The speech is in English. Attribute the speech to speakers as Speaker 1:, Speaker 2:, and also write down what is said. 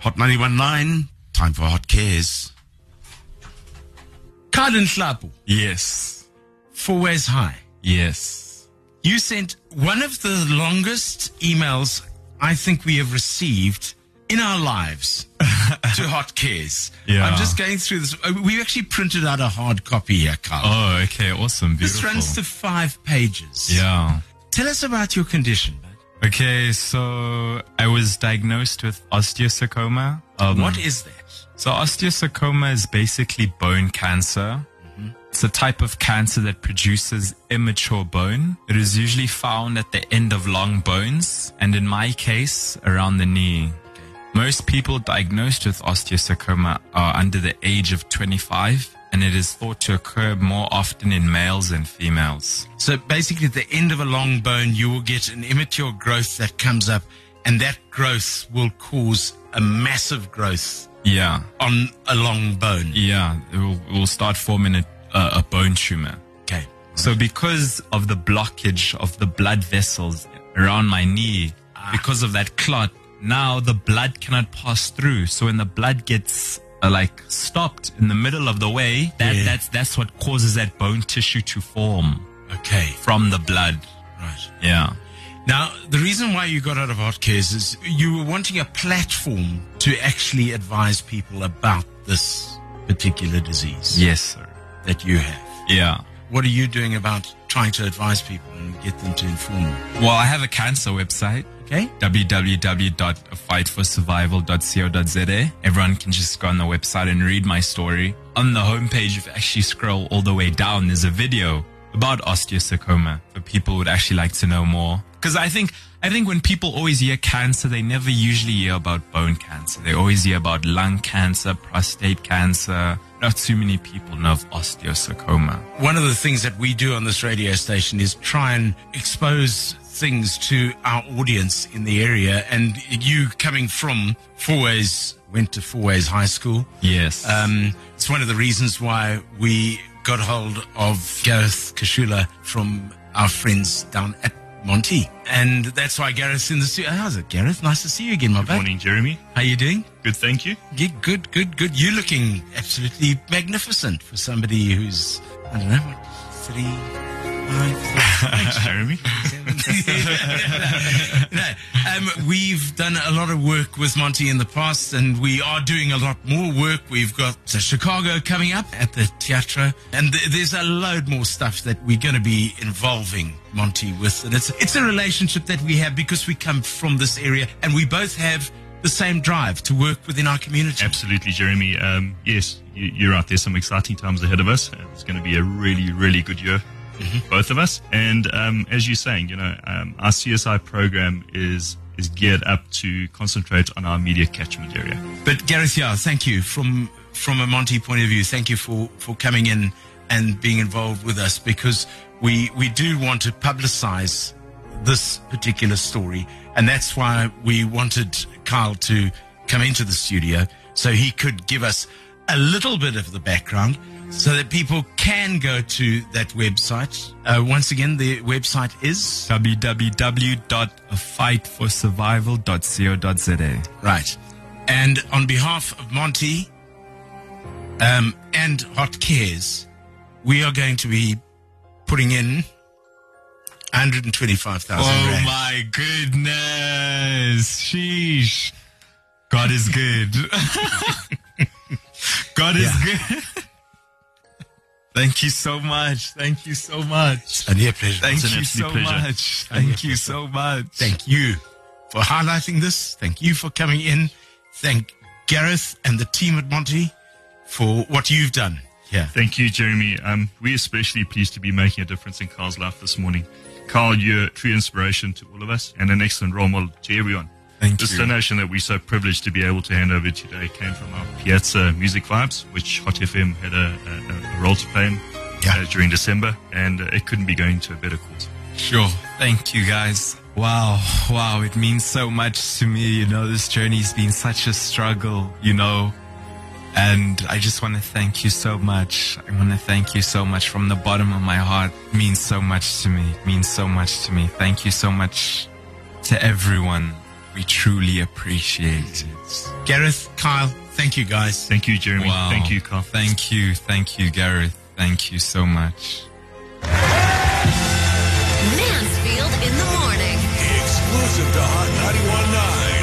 Speaker 1: Hot 919, time for Hot Cares.
Speaker 2: Carlin Hlapo
Speaker 3: Yes.
Speaker 2: for Where's High.
Speaker 3: Yes.
Speaker 2: You sent one of the longest emails I think we have received in our lives to Hot Cares.
Speaker 3: Yeah.
Speaker 2: I'm just going through this. Uh, We actually printed out a hard copy here, Carl.
Speaker 3: Oh, okay. Awesome.
Speaker 2: this
Speaker 3: Beautiful.
Speaker 2: runs to five pages.
Speaker 3: yeah.
Speaker 2: Tell us about your condition, bud.
Speaker 3: Okay, so I was diagnosed with osteosarcoma. Um,
Speaker 2: what is that?
Speaker 3: So osteosarcoma is basically bone cancer. It's a type of cancer that produces immature bone. It is usually found at the end of long bones, and in my case, around the knee. Most people diagnosed with osteosarcoma are under the age of 25, and it is thought to occur more often in males than females.
Speaker 2: So basically, at the end of a long bone, you will get an immature growth that comes up, and that growth will cause a massive growth
Speaker 3: Yeah,
Speaker 2: on a long bone.
Speaker 3: yeah, it will, it will start forming a, a, a bone tumor.
Speaker 2: Okay.
Speaker 3: So because of the blockage of the blood vessels around my knee, because of that clot, now the blood cannot pass through. So when the blood gets uh, like stopped in the middle of the way, that,
Speaker 2: Yeah.
Speaker 3: that's that's what causes that bone tissue to form
Speaker 2: Okay.
Speaker 3: from the blood.
Speaker 2: Right.
Speaker 3: Yeah.
Speaker 2: Now, the reason why you got out of hot cares is you were wanting a platform to actually advise people about this particular disease
Speaker 3: Yes, sir.
Speaker 2: that you have.
Speaker 3: Yeah.
Speaker 2: What are you doing about trying to advise people and get them to inform you?
Speaker 3: Well, I have a cancer website.
Speaker 2: Okay.
Speaker 3: www.fightforsurvival.co.za. Everyone can just go on the website and read my story. On the homepage, if you actually scroll all the way down, there's a video about osteosarcoma for people who would actually like to know more. Because I think I think when people always hear cancer, they never usually hear about bone cancer. They always hear about lung cancer, prostate cancer. Not too many people know of osteosarcoma.
Speaker 2: One of the things that we do on this radio station is try and expose things to our audience in the area. And you coming from Fourways, went to Fourways High School.
Speaker 3: Yes.
Speaker 2: Um, it's one of the reasons why we got hold of Gareth Kashula from our friends down at Monty. And that's why Gareth's in the studio. How's it, Gareth? Nice to see you again, my
Speaker 4: Good
Speaker 2: bud.
Speaker 4: morning, Jeremy.
Speaker 2: How you doing?
Speaker 4: Good, thank you.
Speaker 2: Yeah, good, good, good. You're looking absolutely magnificent for somebody who's, I don't know, what, three,
Speaker 4: Thanks, Jeremy.
Speaker 2: no, um, we've done a lot of work with Monty in the past, and we are doing a lot more work. We've got uh, Chicago coming up at the Teatro, and th- there's a load more stuff that we're going to be involving Monty with. And it's it's a relationship that we have because we come from this area, and we both have the same drive to work within our community.
Speaker 4: Absolutely, Jeremy. Um, yes, you, you're right. There's some exciting times ahead of us. Uh, It's going to be a really, really good year, both of us. And um, as you're saying, you know, um, our CSI program is is geared up to concentrate on our media catchment area.
Speaker 2: But Gareth, yeah, thank you from from a Monty point of view. Thank you for for coming in and being involved with us because we we do want to publicize this particular story, and that's why we wanted Kyle to come into the studio so he could give us a little bit of the background so that people can go to that website. Uh, once again, the website is
Speaker 3: Um, www.fightforsurvival.co.za.
Speaker 2: Right. And on behalf of Monty um, and Hot Cares, we are going to be putting in 125,000
Speaker 3: Oh
Speaker 2: rand.
Speaker 3: my goodness. Sheesh. God is good. God is good. Thank you so much. Thank you so much.
Speaker 2: A near pleasure.
Speaker 3: Thank
Speaker 4: It's an
Speaker 3: you so
Speaker 4: absolute pleasure.
Speaker 3: much. Thank you so much.
Speaker 2: Thank you for highlighting this. Thank you for coming in. Thank Gareth and the team at Monty for what you've done. Yeah.
Speaker 4: Thank you, Jeremy. Um, we're especially pleased to be making a difference in Carl's life this morning. Carl, you're a true inspiration to all of us and an excellent role model to everyone.
Speaker 3: Thank
Speaker 4: This
Speaker 3: you.
Speaker 4: donation that we're so privileged to be able to hand over today came from our Piazza Music Vibes, which Hot FM had a, a, a role to play in,
Speaker 2: Yeah.
Speaker 4: uh, during December, and uh, it couldn't be going to a better cause.
Speaker 3: Sure. Thank you guys. Wow, wow, it means so much to me. You know, this journey's been such a struggle, you know. And I just want to thank you so much. I want to thank you so much from the bottom of my heart. It means so much to me. It means so much to me. Thank you so much to everyone we truly appreciate it.
Speaker 2: Gareth, Kyle, thank you guys.
Speaker 4: Thank you, Jeremy.
Speaker 3: Wow.
Speaker 4: Thank you, Carl.
Speaker 3: Thank you. Thank you, Gareth. Thank you so much.
Speaker 5: Mansfield in the morning.
Speaker 6: Exclusive to Hot 919.